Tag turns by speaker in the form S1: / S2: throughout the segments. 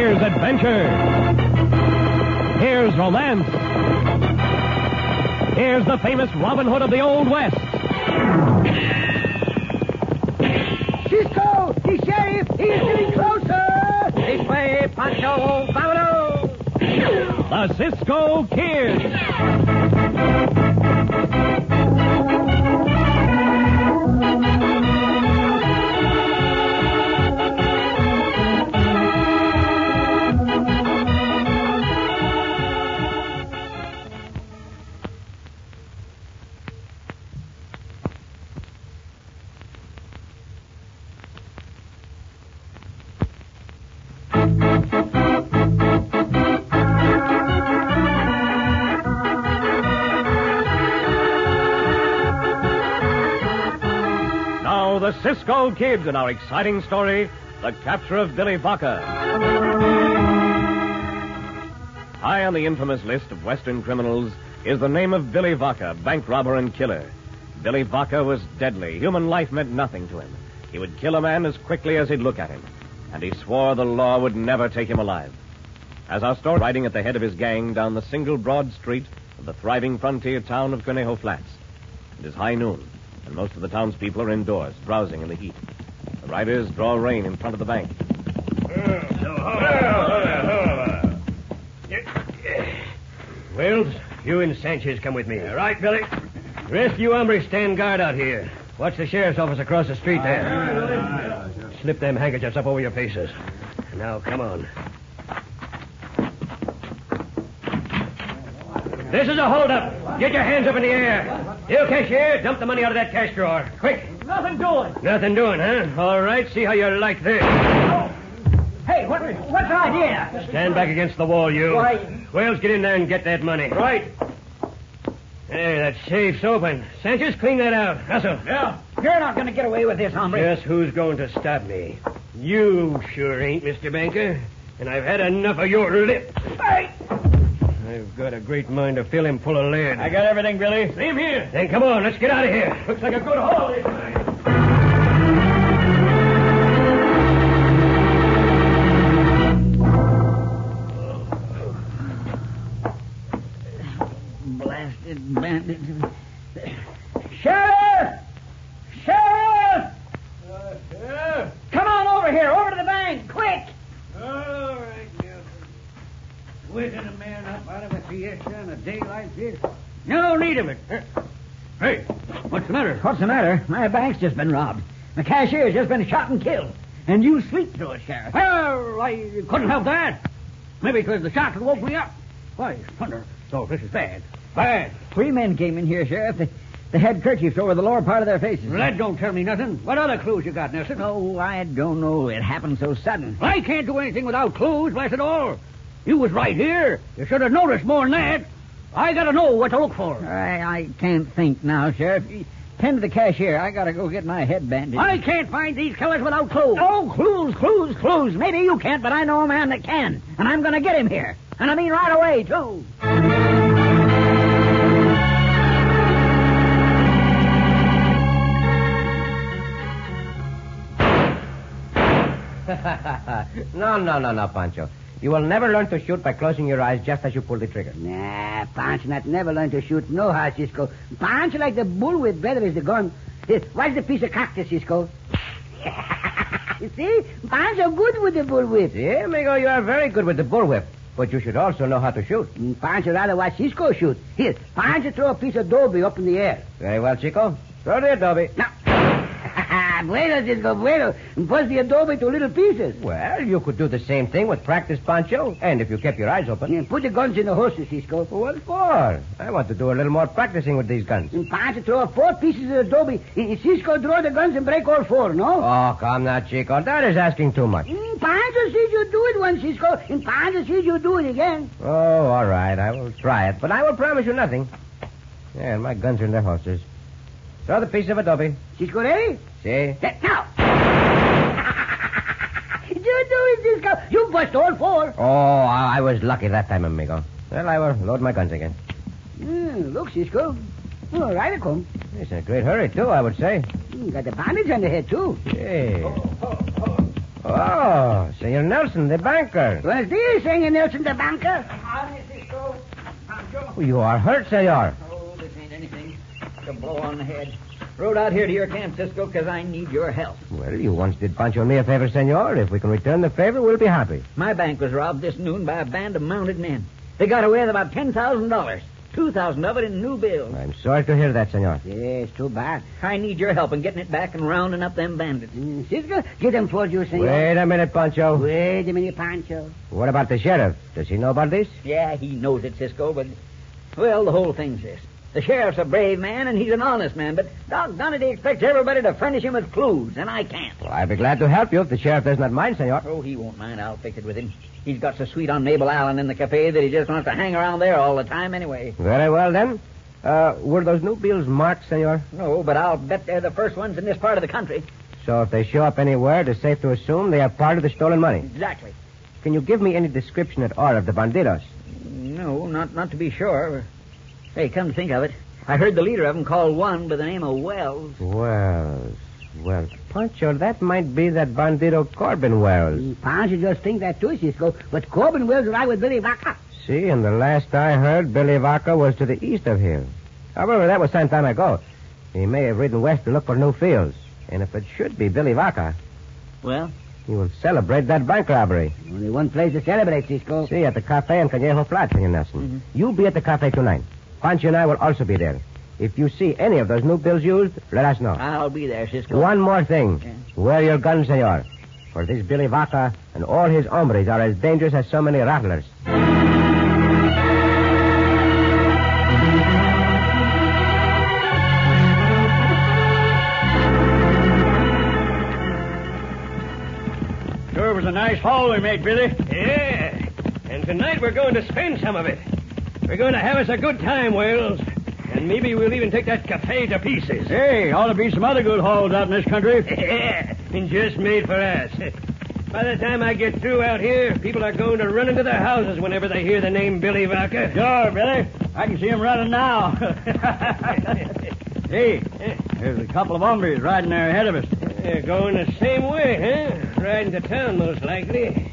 S1: adventure. Here's romance. Here's the famous Robin Hood of the Old West.
S2: Cisco, the sheriff, he is getting closer.
S3: This way, Pancho, vámonos.
S1: The Cisco Kid. Now, the Cisco Kid in our exciting story The Capture of Billy Vaca. High on the infamous list of Western criminals is the name of Billy Vaca, bank robber and killer. Billy Vaca was deadly. Human life meant nothing to him. He would kill a man as quickly as he'd look at him, and he swore the law would never take him alive. As our story riding at the head of his gang down the single broad street of the thriving frontier town of Conejo Flats, it is high noon, and most of the townspeople are indoors, drowsing in the heat. The riders draw rein in front of the bank.
S4: Wells, you and Sanchez come with me. All right, Billy? The rest of you hombres stand guard out here. Watch the sheriff's office across the street there. Slip them handkerchiefs up over your faces. Now, come on. This is a holdup. Get your hands up in the air. You, cashier, dump the money out of that cash drawer. Quick.
S2: Nothing doing.
S4: Nothing doing, huh? All right, see how you like this.
S2: Hey, what, what's the idea?
S4: Stand back against the wall, you.
S2: Why-
S4: Wells, get in there and get that money. Right. Hey, that safe's open. Sanchez, clean that out. Russell. Yeah.
S2: You're not going to get away with this, hombre.
S4: Just who's going to stop me? You sure ain't, Mr. Banker. And I've had enough of your lip.
S2: Hey,
S4: I've got a great mind to fill him full of lead. I
S3: got everything, Billy.
S4: him here. Then come on, let's get out of here. Looks like a good haul this time.
S2: blasted bandit. Sheriff! Sheriff!
S5: Uh,
S2: Come on over here, over to the bank, quick!
S5: All right, Gilbert. Waking a man up out of a siesta on a day like this.
S2: No need of it.
S4: Hey, what's the matter?
S2: What's the matter? My bank's just been robbed. The cashier's just been shot and killed. And you sleep through it, Sheriff. Well, I couldn't help that. Maybe because the shock woke me up. Why, thunder. Oh, this is bad.
S4: Bad.
S2: Three men came in here, Sheriff. They, they had kerchiefs over the lower part of their faces.
S5: That don't tell me nothing. What other clues you got, Nelson?
S2: Oh, I don't know. It happened so sudden.
S5: I can't do anything without clues, blast it all. You was right here. You should have noticed more than that. I gotta know what to look for.
S2: I, I can't think now, Sheriff. Tend to the cashier. I gotta go get my head bandaged.
S5: I can't find these killers without clues.
S2: Oh, clues, clues, clues. Maybe you can't, but I know a man that can. And I'm gonna get him here. And I mean right away, too.
S3: no, no, no, no, Pancho. You will never learn to shoot by closing your eyes just as you pull the trigger.
S2: Nah, Pancho not never learn to shoot no how, Cisco. Pancho like the bull with better is the gun. What's the piece of cactus, Cisco? you see? Pancho good with the bull whip.
S3: See, amigo, you are very good with the bullwhip, but you should also know how to shoot.
S2: Pancho Mm, rather watch Cisco shoot. Here, Pancho throw a piece of dobe up in the air.
S3: Very well, Chico. Throw the adobe.
S2: No. bueno, Cisco, bueno. Bust the adobe to little pieces.
S3: Well, you could do the same thing with practice, Pancho, and if you kept your eyes open.
S2: And put the guns in the horses, Cisco.
S3: What for? I want to do a little more practicing with these guns.
S2: And Pancho throw four pieces of adobe. And Cisco throw the guns and break all four, no?
S1: Ah.
S3: Oh, come now, Chico. That is asking too much.
S2: Mm, Pancho sees you do it once, Cisco. And Pancho sees you do it again.
S3: Oh, all right. I will try it, but I will promise you nothing. Yeah, and my guns are in their holsters. Throw the piece of adobe.
S2: Cisco ready?
S3: See?
S2: Set now. you do it, Cisco. You bust all four.
S3: Oh, I I was lucky that time, amigo. Well, I will load my guns again.
S2: Mm, look, Cisco. All right, I come.
S3: It's in a great hurry, too, I would say.
S2: Mm, got the bandage on the head, too.
S3: Hey.
S1: Oh, Senor Nelson, the banker.
S2: Was this Senor Nelson the banker?
S1: Oh, You are hurt, Senor.
S2: Oh, this ain't anything. It's a blow on the head. Rode out here to your camp, Cisco, because I need your help.
S1: Well, you once did Pancho and me a favor, Senor. If we can return the favor, we'll be happy.
S2: My bank was robbed this noon by a band of mounted men. They got away with about ten thousand dollars. Two thousand of it in new bills.
S1: I'm sorry to hear that, Senor.
S2: Yes, too bad. I need your help in getting it back and rounding up them bandits.
S6: Mm, Cisco, get them for you, senor.
S1: Wait a minute, Pancho.
S6: Wait a minute, Pancho.
S1: What about the sheriff? Does he know about this?
S2: Yeah, he knows it, Cisco, but well, the whole thing's this. The sheriff's a brave man and he's an honest man, but doggone it, he expects everybody to furnish him with clues, and I can't.
S1: Well, I'd be glad to help you if the sheriff does not mind, Senor.
S2: Oh, he won't mind. I'll fix it with him. He's got so sweet on Mabel Allen in the cafe that he just wants to hang around there all the time anyway.
S1: Very well, then. Uh, were those new bills marked, Senor?
S2: No, but I'll bet they're the first ones in this part of the country.
S1: So if they show up anywhere, it is safe to assume they are part of the stolen money.
S2: Exactly.
S1: Can you give me any description at all of the bandidos?
S2: No, not not to be sure. Hey, come to think of it, I heard the leader of 'em call one by the name of Wells.
S1: Wells. Wells. Pancho, that might be that bandito Corbin Wells.
S6: Pancho Hmm, just think that too, Cisco. But Corbin will ride with Billy Vaca.
S1: See, and the last I heard, Billy Vaca was to the east of here. However, that was some time ago. He may have ridden west to look for new fields. And if it should be Billy Vaca,
S2: Well,
S1: he will celebrate that bank robbery.
S6: Only one place to celebrate, Cisco.
S1: See, at the cafe in Callejo Flat, Senor Nelson. You be at the cafe tonight. Pancho and I will also be there. If you see any of those new bills used, let us know.
S2: I'll be there, Cisco.
S1: One more thing.
S2: Yeah.
S1: Wear your gun, senor. For this Billy Vaca and all his hombres are as dangerous as so many rattlers.
S7: Sure was a nice haul we made, Billy.
S4: Yeah. And tonight we're going to spend some of it. We're going to have us a good time, Wales. And maybe we'll even take that cafe to pieces.
S7: Hey, ought to be some other good hauls out in this country.
S4: Yeah, and just made for us. By the time I get through out here, people are going to run into their houses whenever they hear the name Billy Vaca.
S7: Sure, Billy. I can see him running now. hey, there's a couple of hombres riding there ahead of us.
S4: They're going the same way, huh? Riding to town, most likely.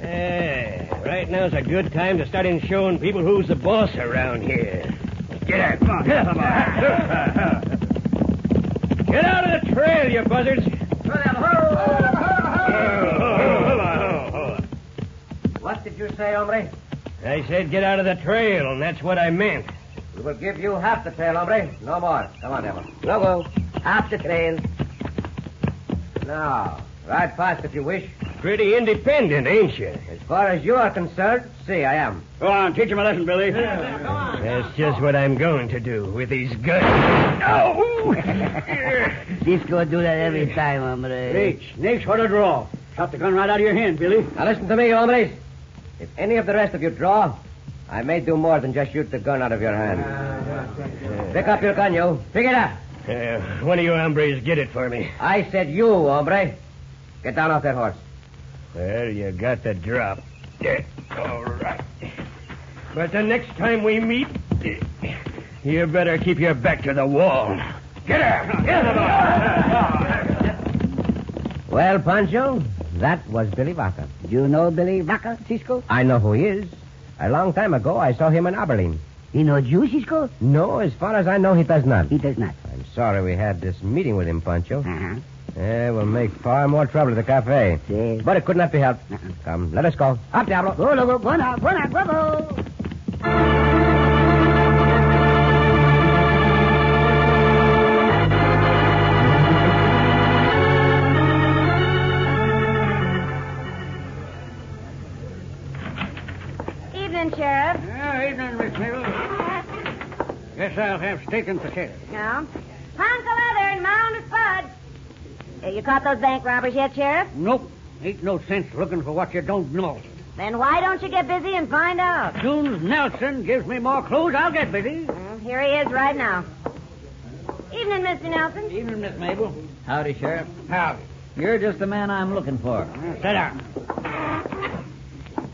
S4: Yeah, right now's a good time to start in showing people who's the boss around here. Get out. Come on, get out. Get out of the trail, you buzzards. Hold on, hold on.
S1: What did you say, hombre?
S4: I said get out of the trail, and that's what I meant.
S1: We will give you half the trail, hombre. No more. Come on, Devil. No go. Half the trail. Now, ride fast if you wish.
S4: Pretty independent, ain't you?
S1: As far as you are concerned, see, I am.
S7: Go on, teach him a lesson, Billy.
S4: That's just what I'm going to do with these guns. Oh!
S6: Cisco do that every time, hombre.
S7: Hey, snakes, what a draw. Shot the gun right out of your hand, Billy.
S1: Now listen to me, hombres. If any of the rest of you draw, I may do more than just shoot the gun out of your hand. Pick up your gun, you. Pick it up.
S4: Uh, one of you hombres get it for me.
S1: I said you, hombre. Get down off that horse.
S4: Well, you got the drop. Yeah, All right. But the next time we meet, you better keep your back to the wall. Get her! Get her!
S1: Well, Pancho, that was Billy Vaca.
S6: You know Billy Vaca, Cisco?
S1: I know who he is. A long time ago, I saw him in Abilene.
S6: He knows you, Cisco?
S1: No, as far as I know, he does not.
S6: He does not.
S1: I'm sorry we had this meeting with him, Pancho.
S6: Uh-huh.
S1: Eh, we'll make far more trouble at the cafe.
S6: Yes.
S1: But it could not be helped. Come, let us go. Up, Diablo. Go, Logo.
S6: Go now, go now, bravo!
S8: Evening, Sheriff.
S7: Yeah, evening, Miss Mabel. Guess I'll have steak and potatoes.
S8: No. Ponce leather and mound of fud. Uh, You caught those bank robbers yet, Sheriff?
S7: Nope. Ain't no sense looking for what you don't know.
S8: Then why don't you get busy and find out?
S7: Soon Nelson gives me more clues, I'll get busy.
S8: Well, here he is right now. Evening, Mr. Nelson.
S2: Evening, Miss Mabel. Howdy, Sheriff.
S7: Howdy.
S2: You're just the man I'm looking for.
S7: Sit down.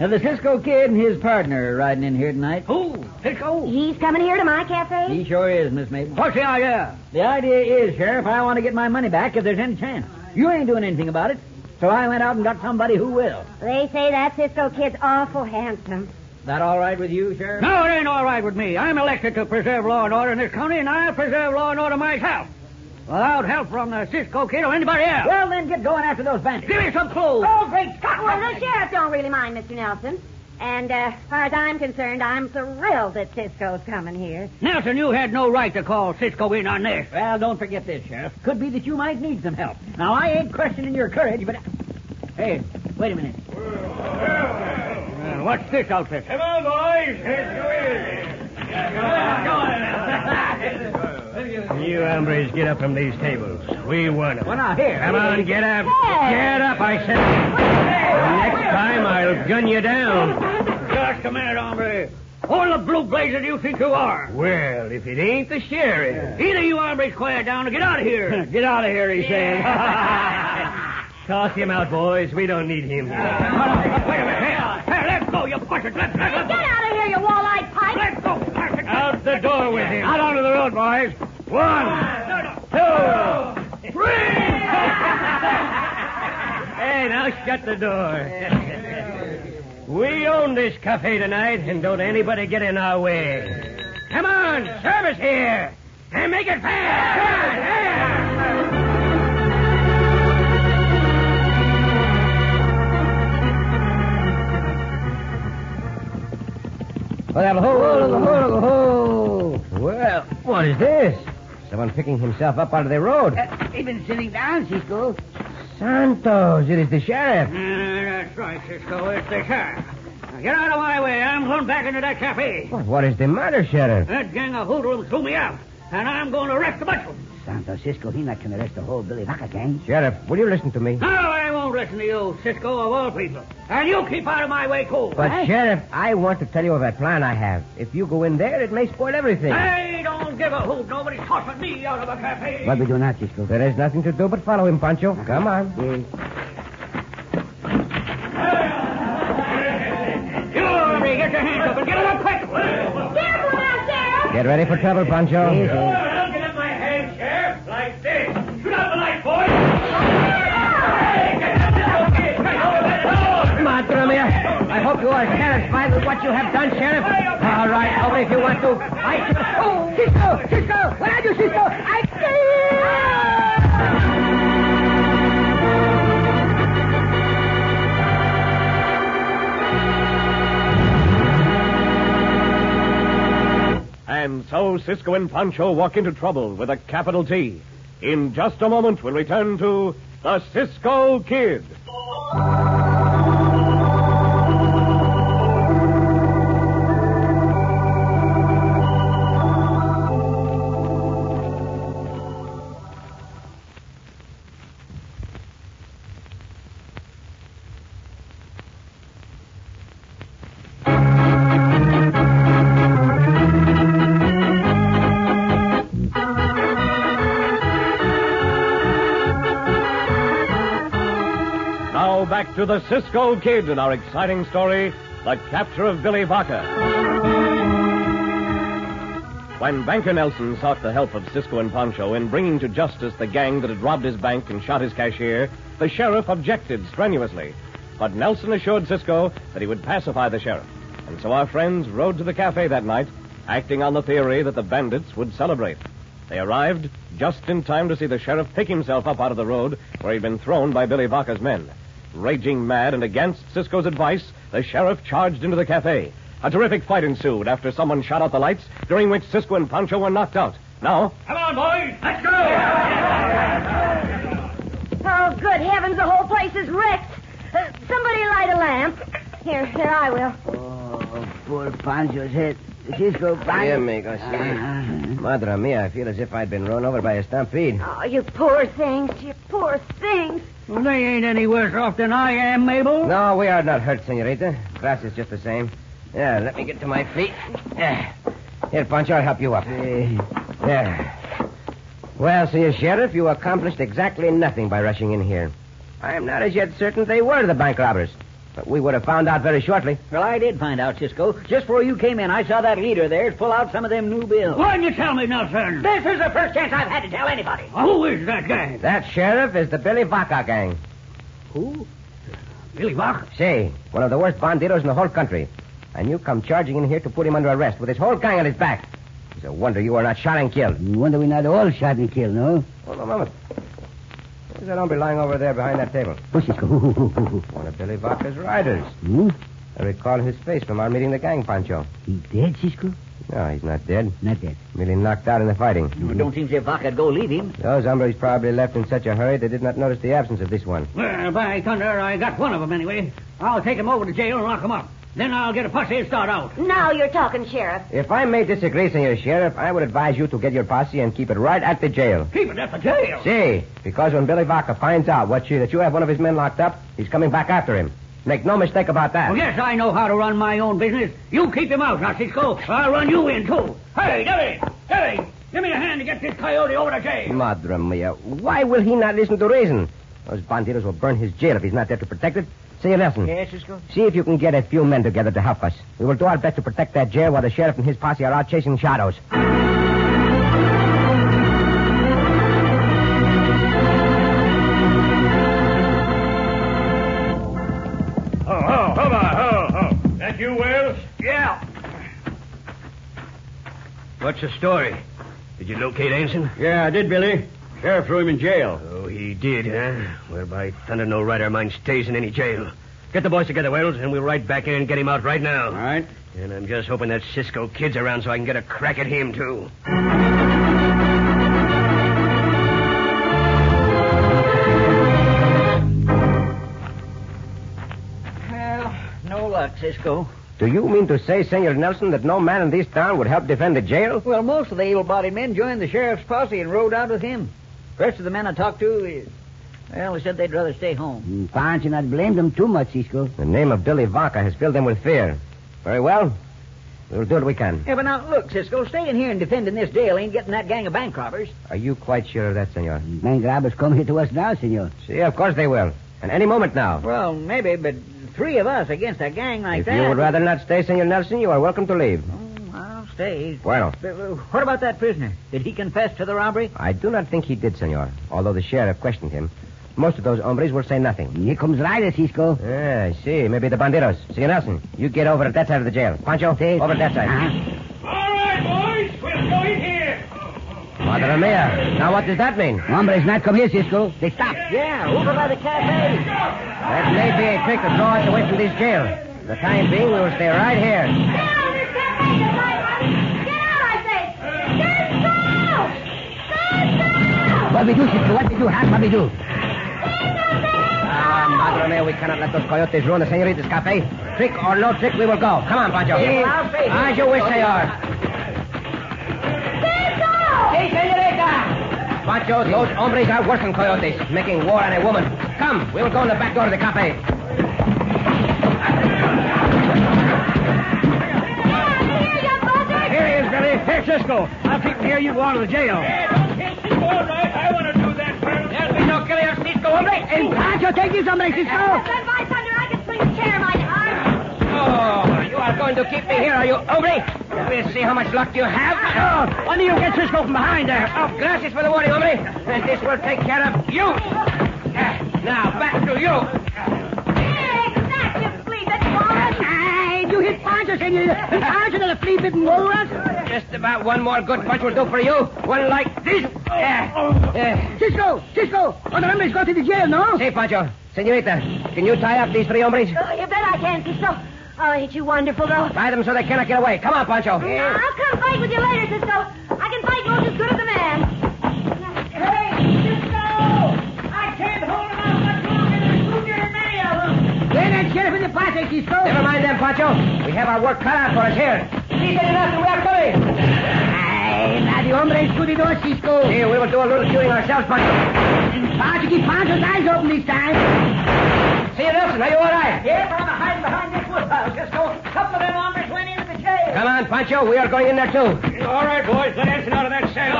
S2: Now, the Cisco kid and his partner are riding in here tonight.
S7: Who? Cisco?
S8: He's coming here to my cafe?
S2: He sure is, Miss Mabel.
S7: What's the idea?
S2: The idea is, Sheriff, I want to get my money back if there's any chance. You ain't doing anything about it. So I went out and got somebody who will.
S8: They say that Cisco kid's awful handsome.
S2: That all right with you, Sheriff?
S9: No, it ain't all right with me. I'm elected to preserve law and order in this county, and I'll preserve law and order myself. Without help from the Cisco kid or anybody else.
S2: Well, then get going after those bandits.
S9: Give me some clues.
S2: Oh, great Scott!
S8: Well, the sheriff don't really mind, Mr. Nelson. And uh, as far as I'm concerned, I'm thrilled that Cisco's coming here.
S9: Nelson, you had no right to call Cisco in on this.
S2: Well, don't forget this, Sheriff. Could be that you might need some help. Now, I ain't questioning your courage, but. Hey, wait a minute.
S9: Uh, what's this outfit?
S10: Come on, boys. Let's go in. You hombres, get up from these tables. We won 'em.
S2: Well, now, here.
S10: Come on, get up.
S8: Hey.
S10: Get up, I said. Next time, I'll gun you down.
S9: Just a minute, hombre. Who the blue blazer do you think you are?
S10: Well, if it ain't the sheriff.
S9: Either you hombres quiet down or get out of here.
S10: Get out of here, he said. Toss him out, boys. We don't need him
S11: Uh,
S10: here.
S9: Wait a minute. Hey, hey, let go, you bastard. Let, let,
S8: Hey,
S9: let,
S8: get out of here, you wall-eyed pike!
S9: let go, bastard.
S10: Out the door with him.
S9: Out onto the road, boys.
S10: One, two, three. hey, now shut the door. We own this cafe tonight, and don't anybody get in our way. Come on, service here, and make it fast. Come on, yeah.
S4: Well, what is this? Someone picking himself up out of the road.
S11: He's been sitting down, Cisco.
S4: Santos, it is the sheriff.
S9: that's right, Cisco. It's the sheriff. Now get out of my way. I'm going back into that cafe.
S4: What, what is the matter, sheriff?
S9: That gang of hoodlums threw me out, and I'm going to arrest the bunch of 'em.
S11: Santo Cisco, he's not going to arrest the whole Billy Vaca gang.
S4: Sheriff, will you listen to me?
S9: No, I won't listen to you, Cisco, of all people. And you keep out of my way, too.
S4: But, Sheriff, I want to tell you of a plan I have. If you go in there, it may spoil everything.
S9: I don't give a hoot. Nobody's tossing me out of a cafe.
S11: What we do now, Cisco?
S4: There is nothing to do but follow him, Pancho.
S11: Uh-huh.
S4: Come on.
S9: You, Aubrey, get your hands up and get it up quick.
S8: Careful now, Sheriff!
S4: Get ready for trouble, Pancho.
S10: I'll get up my hand, Sheriff, like this. Shoot out the light, boys.
S4: Maestro mia, I hope you are satisfied with what you have done, Sheriff. All right, over if you want to. I
S11: Oh, Cisco! Cisco! What are you, Cisco? I...
S1: And so Cisco and Pancho walk into trouble with a capital T. In just a moment, we'll return to the Cisco Kid. Now back to the Cisco Kid in our exciting story, The Capture of Billy Vaca. When Banker Nelson sought the help of Cisco and Pancho in bringing to justice the gang that had robbed his bank and shot his cashier, the sheriff objected strenuously. But Nelson assured Cisco that he would pacify the sheriff. And so our friends rode to the cafe that night, acting on the theory that the bandits would celebrate. They arrived just in time to see the sheriff pick himself up out of the road where he'd been thrown by Billy Vaca's men. Raging mad and against Cisco's advice, the sheriff charged into the cafe. A terrific fight ensued after someone shot out the lights, during which Cisco and Pancho were knocked out. Now,
S10: Come on, boys. Let's go.
S8: Oh, good heavens, the whole place is wrecked. Uh, somebody light a lamp. Here, here, I will.
S11: Oh, poor Pancho's head. Cisco, Pancho...
S4: Here, amigo, see?
S11: Uh-huh.
S4: Madre mia, I feel as if I'd been run over by a stampede.
S8: Oh, you poor things, you poor things.
S9: Well, they ain't any worse off than I am, Mabel.
S4: No, we are not hurt, senorita. Grass is just the same. Yeah, let me get to my feet. Yeah. Here, Pancho, I'll help you up. There. Well, Senor Sheriff, you accomplished exactly nothing by rushing in here. I am not as yet certain they were the bank robbers, but we would have found out very shortly.
S2: Well, I did find out, Cisco. Just before you came in, I saw that leader there pull out some of them new bills.
S9: Why didn't you tell me, Nelson?
S2: This is the first chance I've had to tell anybody.
S9: Who is that gang?
S4: That sheriff is the Billy Vaca gang.
S12: Who? Billy Vaca.
S4: Say, one of the worst bandidos in the whole country. And you come charging in here to put him under arrest with his whole gang on his back. It's a wonder you were not shot and killed.
S12: Wonder we not all shot and killed, no?
S4: Hold on a moment. Who's that hombre lying over there behind that table?
S12: What's it? Hmm?
S4: One of Billy Vaca's riders. I recall his face from our meeting the gang, Pancho.
S12: He dead, Cisco?
S4: No, he's not dead.
S12: Not dead.
S4: Merely knocked out in the fighting.
S2: It don't seem as if I could go leave him.
S4: Those hombres probably left in such a hurry they did not notice the absence of this one.
S2: Well, by thunder, I got one of them anyway. I'll take him over to jail and lock him up. Then I'll get a posse and start out.
S8: Now you're talking, Sheriff.
S4: If I may disagree, Senor Sheriff, I would advise you to get your posse and keep it right at the jail.
S2: Keep it at the jail.
S4: See, because when Billy Vaca finds out what you, that you have one of his men locked up, he's coming back after him. Make no mistake about that.
S2: Well, yes, I know how to run my own business. You keep him out, now, Cisco. I'll run you in, too. Hey, Dilly! Dilly! Give me a hand to get this coyote over to jail.
S4: Madre mia, why will he not listen to reason? Those banditos will burn his jail if he's not there to protect it. Say a lesson.
S2: Yes, Cisco?
S4: See if you can get a few men together to help us. We will do our best to protect that jail while the sheriff and his posse are out chasing shadows.
S9: Oh, oh, come on, oh, oh. That you, Wells?
S2: Yeah.
S9: What's the story? Did you locate Anson?
S2: Yeah, I did, Billy. Sheriff threw him in jail.
S9: Oh, he did, huh? Well, by thunder, no rider of mine stays in any jail. Get the boys together, Wells, and we'll ride back in and get him out right now.
S2: All right.
S9: And I'm just hoping that Cisco kid's around so I can get a crack at him, too.
S2: Well, no luck, Cisco.
S4: Do you mean to say, Senor Nelson, that no man in this town would help defend the jail?
S2: Well, most of the able-bodied men joined the sheriff's posse and rode out with him. The rest of the men I talked to, uh, well, they said they'd rather stay home.
S12: Pancho not blamed them too much, Cisco.
S4: The name of Billy Vaca has filled them with fear. Very well. We'll do what we can.
S2: Yeah, but now, look, Cisco, staying here and defending this jail ain't getting that gang of bank robbers.
S4: Are you quite sure of that, Senor?
S12: Man grabbers come here to us now, senor.
S4: See, of course they will. And any moment now.
S2: Well, maybe, but three of us against a gang like
S4: if
S2: that.
S4: you would rather not stay, Senor Nelson, you are welcome to leave.
S2: Oh, I'll stay.
S4: Bueno.
S2: But, uh, What about that prisoner? Did he confess to the robbery?
S4: I do not think he did, senor, although the sheriff questioned him. Most of those hombres will say nothing.
S12: Here comes rider, Cisco.
S4: Ah, I see. Maybe the bandidos. Senor Nelson, you get over at that side of the jail. Pancho, over at that side.
S12: Ah.
S9: All right, boys, we'll go in here.
S4: Madre mia. Now, what does that mean?
S12: Hombres not come here, Cisco. They stop.
S2: Yeah, over by the cafe.
S4: That may be a trick to draw us away from this jail. For the time being, we will stay right here.
S13: Get out of this cafe, you light body! Get out, I say! Cisco!
S12: What we do, Cisco? What we do, huh? What we do?
S4: Ah, madre mia, we cannot let those coyotes ruin the senorita's cafe. Trick or no trick, we will go. Come on, Pancho. Ah, As you wish, senor.
S13: Cisco! Cisco!
S4: Pancho, those hombres are worse than coyotes, making war on a woman. Come, we will go in the back door of the cafe.
S13: Get out of here, you buzzard!
S2: Here he is, Billy. Here, Cisco. I'll keep him here. You go on to the jail.
S12: Hey, Pancho, take you someplace, Cisco.
S13: Then by thunder, I can swing a chair in my arm!
S4: Oh, you are going to keep me here, are you, hombre? We'll see how much luck you have. Oh,
S2: One of you get Cisco from behind there.
S4: oh glasses for the warning, hombre. And this will take care of you. Ah, Now, back to you.
S13: Exact, you flea-bitten walrus!
S12: Hey, you hit Pancho, senor. Pancho, the flea-bitten walrus.
S4: Just about one more good punch will do for you. One like this. Yeah. Yeah.
S12: Cisco, Cisco, one of them has got to the jail, no?
S4: Say, Pancho, senorita, can you tie up these three hombres?
S8: Oh, you bet I can, Cisco. Oh, ain't you wonderful, though?
S4: Tie them so they cannot get away. Come on, Pancho.
S8: I'll come fight with you later, Cisco. I can fight most as good as a man.
S12: Where that sheriff in the posse, Cisco?
S4: Never mind them, Pancho. We have our work cut out for us here. See, senorita, we are coming.
S12: Hey, now the hombres to the door, Cisco.
S4: See, we will do a little shooting ourselves, Pancho.
S12: Pancho, keep Pancho's eyes open this time.
S4: See, Nelson, are you all right?
S2: Here, I'm hiding behind this woodpile, Cisco. A couple of them hombres went into the jail.
S4: Come on, Pancho. We are going in there, too.
S9: All right, boys, let Anson out of that cell.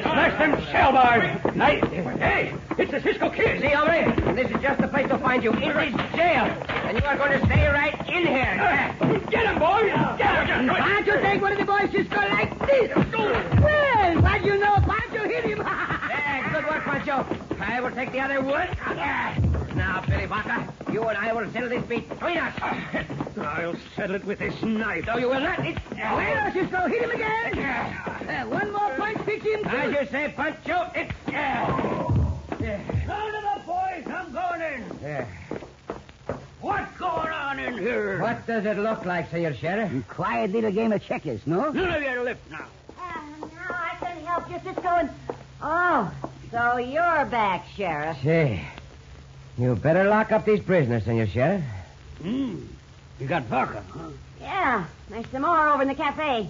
S9: Smash them cell bars. Night. Hey, it's the Cisco kid.
S4: See, hombre, this is just the place to find you, in this jail. And you are going to stay right in here.
S9: Get him, boys. Get him.
S12: Pancho, take one of the boys, Cisco, like this. Well, what do you know? Pancho hit him.
S4: Yeah, good work, Pancho. I will take the other one. Yeah. Now, Billy Barker, you and I will settle this between us.
S10: I'll settle it with this knife.
S4: No, you will not. It's...
S2: Well, Cisco, hit him again. Uh, one more punch, kick him.
S4: As you say, Pancho, it's...
S9: Round it up, boys. I'm going in.
S2: Uh,
S4: Yeah.
S9: What's going on in here?
S4: What does it look like, Senor Sheriff?
S2: Quiet little game of checkers, no?
S9: None of your lip now.
S8: Ah, now I can help you, Cisco. And... Oh, so you're back, Sheriff.
S4: Say, you better lock up these prisoners, Senor Sheriff.
S9: Hmm. You got Barker, huh?
S8: Yeah, there's some more over in the cafe.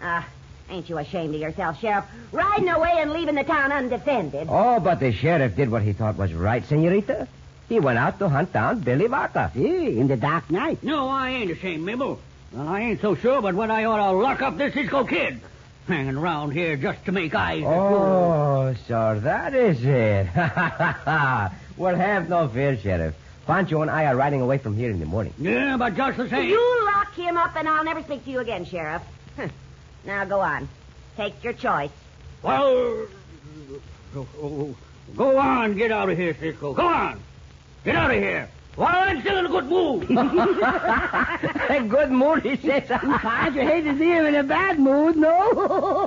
S8: Ah, ain't you ashamed of yourself, Sheriff? Riding away and leaving the town undefended.
S4: Oh, but the sheriff did what he thought was right, Senorita. He went out to hunt down Billy Barker.
S2: See, in the dark night.
S9: No, I ain't ashamed, Mabel. Well, I ain't so sure but what I ought to lock up this Cisco kid. Hanging around here just to make eyes. at you.
S4: Oh, so that is it. well, have no fear, Sheriff. Pancho and I are riding away from here in the morning.
S9: Yeah, but just the same.
S8: You lock him up, and I'll never speak to you again, Sheriff. Huh. Now go on. Take your choice.
S9: Well, oh, oh, go on, get out of here, Cisco. Go on, get out of here. While I'm still in a good mood.
S4: Good mood, he says.
S2: I'd hate to see him in a bad mood, no?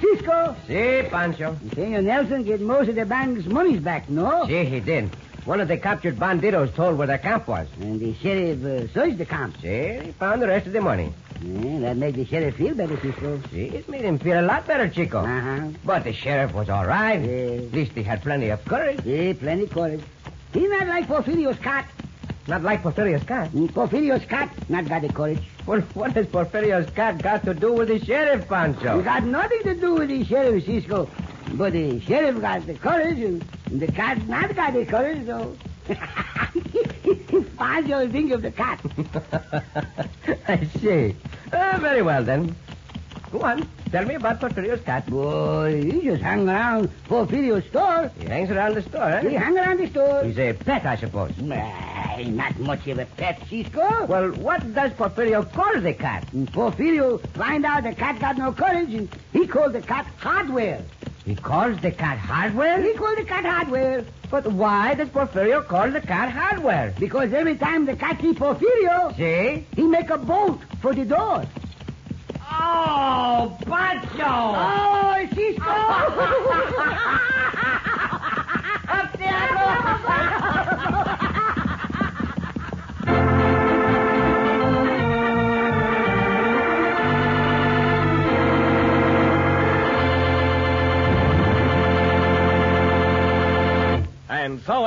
S2: Cisco,
S4: See, Pancho.
S2: Senor Nelson get most of the band's monies back, no?
S4: See, he did. One of the captured banditos told where the camp was.
S2: And the sheriff uh, searched the camp.
S4: See, he found the rest of the money.
S2: Yeah, that made the sheriff feel better, Cisco.
S4: See, it made him feel a lot better, Chico.
S2: Uh-huh.
S4: But the sheriff was all right.
S2: Yes.
S4: At least he had plenty of courage.
S2: Yeah, plenty courage. He not like Porfirio's cat.
S4: Not like Porfirio's cat.
S2: Mm, Porfirio's cat not got the courage.
S4: Well, what has Porfirio's cat got to do with the sheriff, Pancho?
S2: He got nothing to do with the sheriff, Cisco. But the sheriff got the courage, and the cat not got the courage, though. Pancho think of the cat.
S4: I see. Uh, very well, then. Go on. Tell me about Porfirio's cat.
S2: Boy, he just hang around Porfirio's store.
S4: He hangs around the store, eh?
S2: He hang around the store.
S4: He's a pet, I suppose.
S2: Nah, he not much of a pet, Cisco.
S4: Well, what does Porfirio call the cat?
S2: And Porfirio find out the cat got no courage, and he called the cat hardware.
S4: He calls the cat hardware?
S2: He called the cat hardware.
S4: But why does Porfirio call the cat hardware?
S2: Because every time the cat see Porfirio,
S4: See?
S2: he make a bolt for the door.
S9: Oh, Pancho!
S2: Oh, she's
S1: And so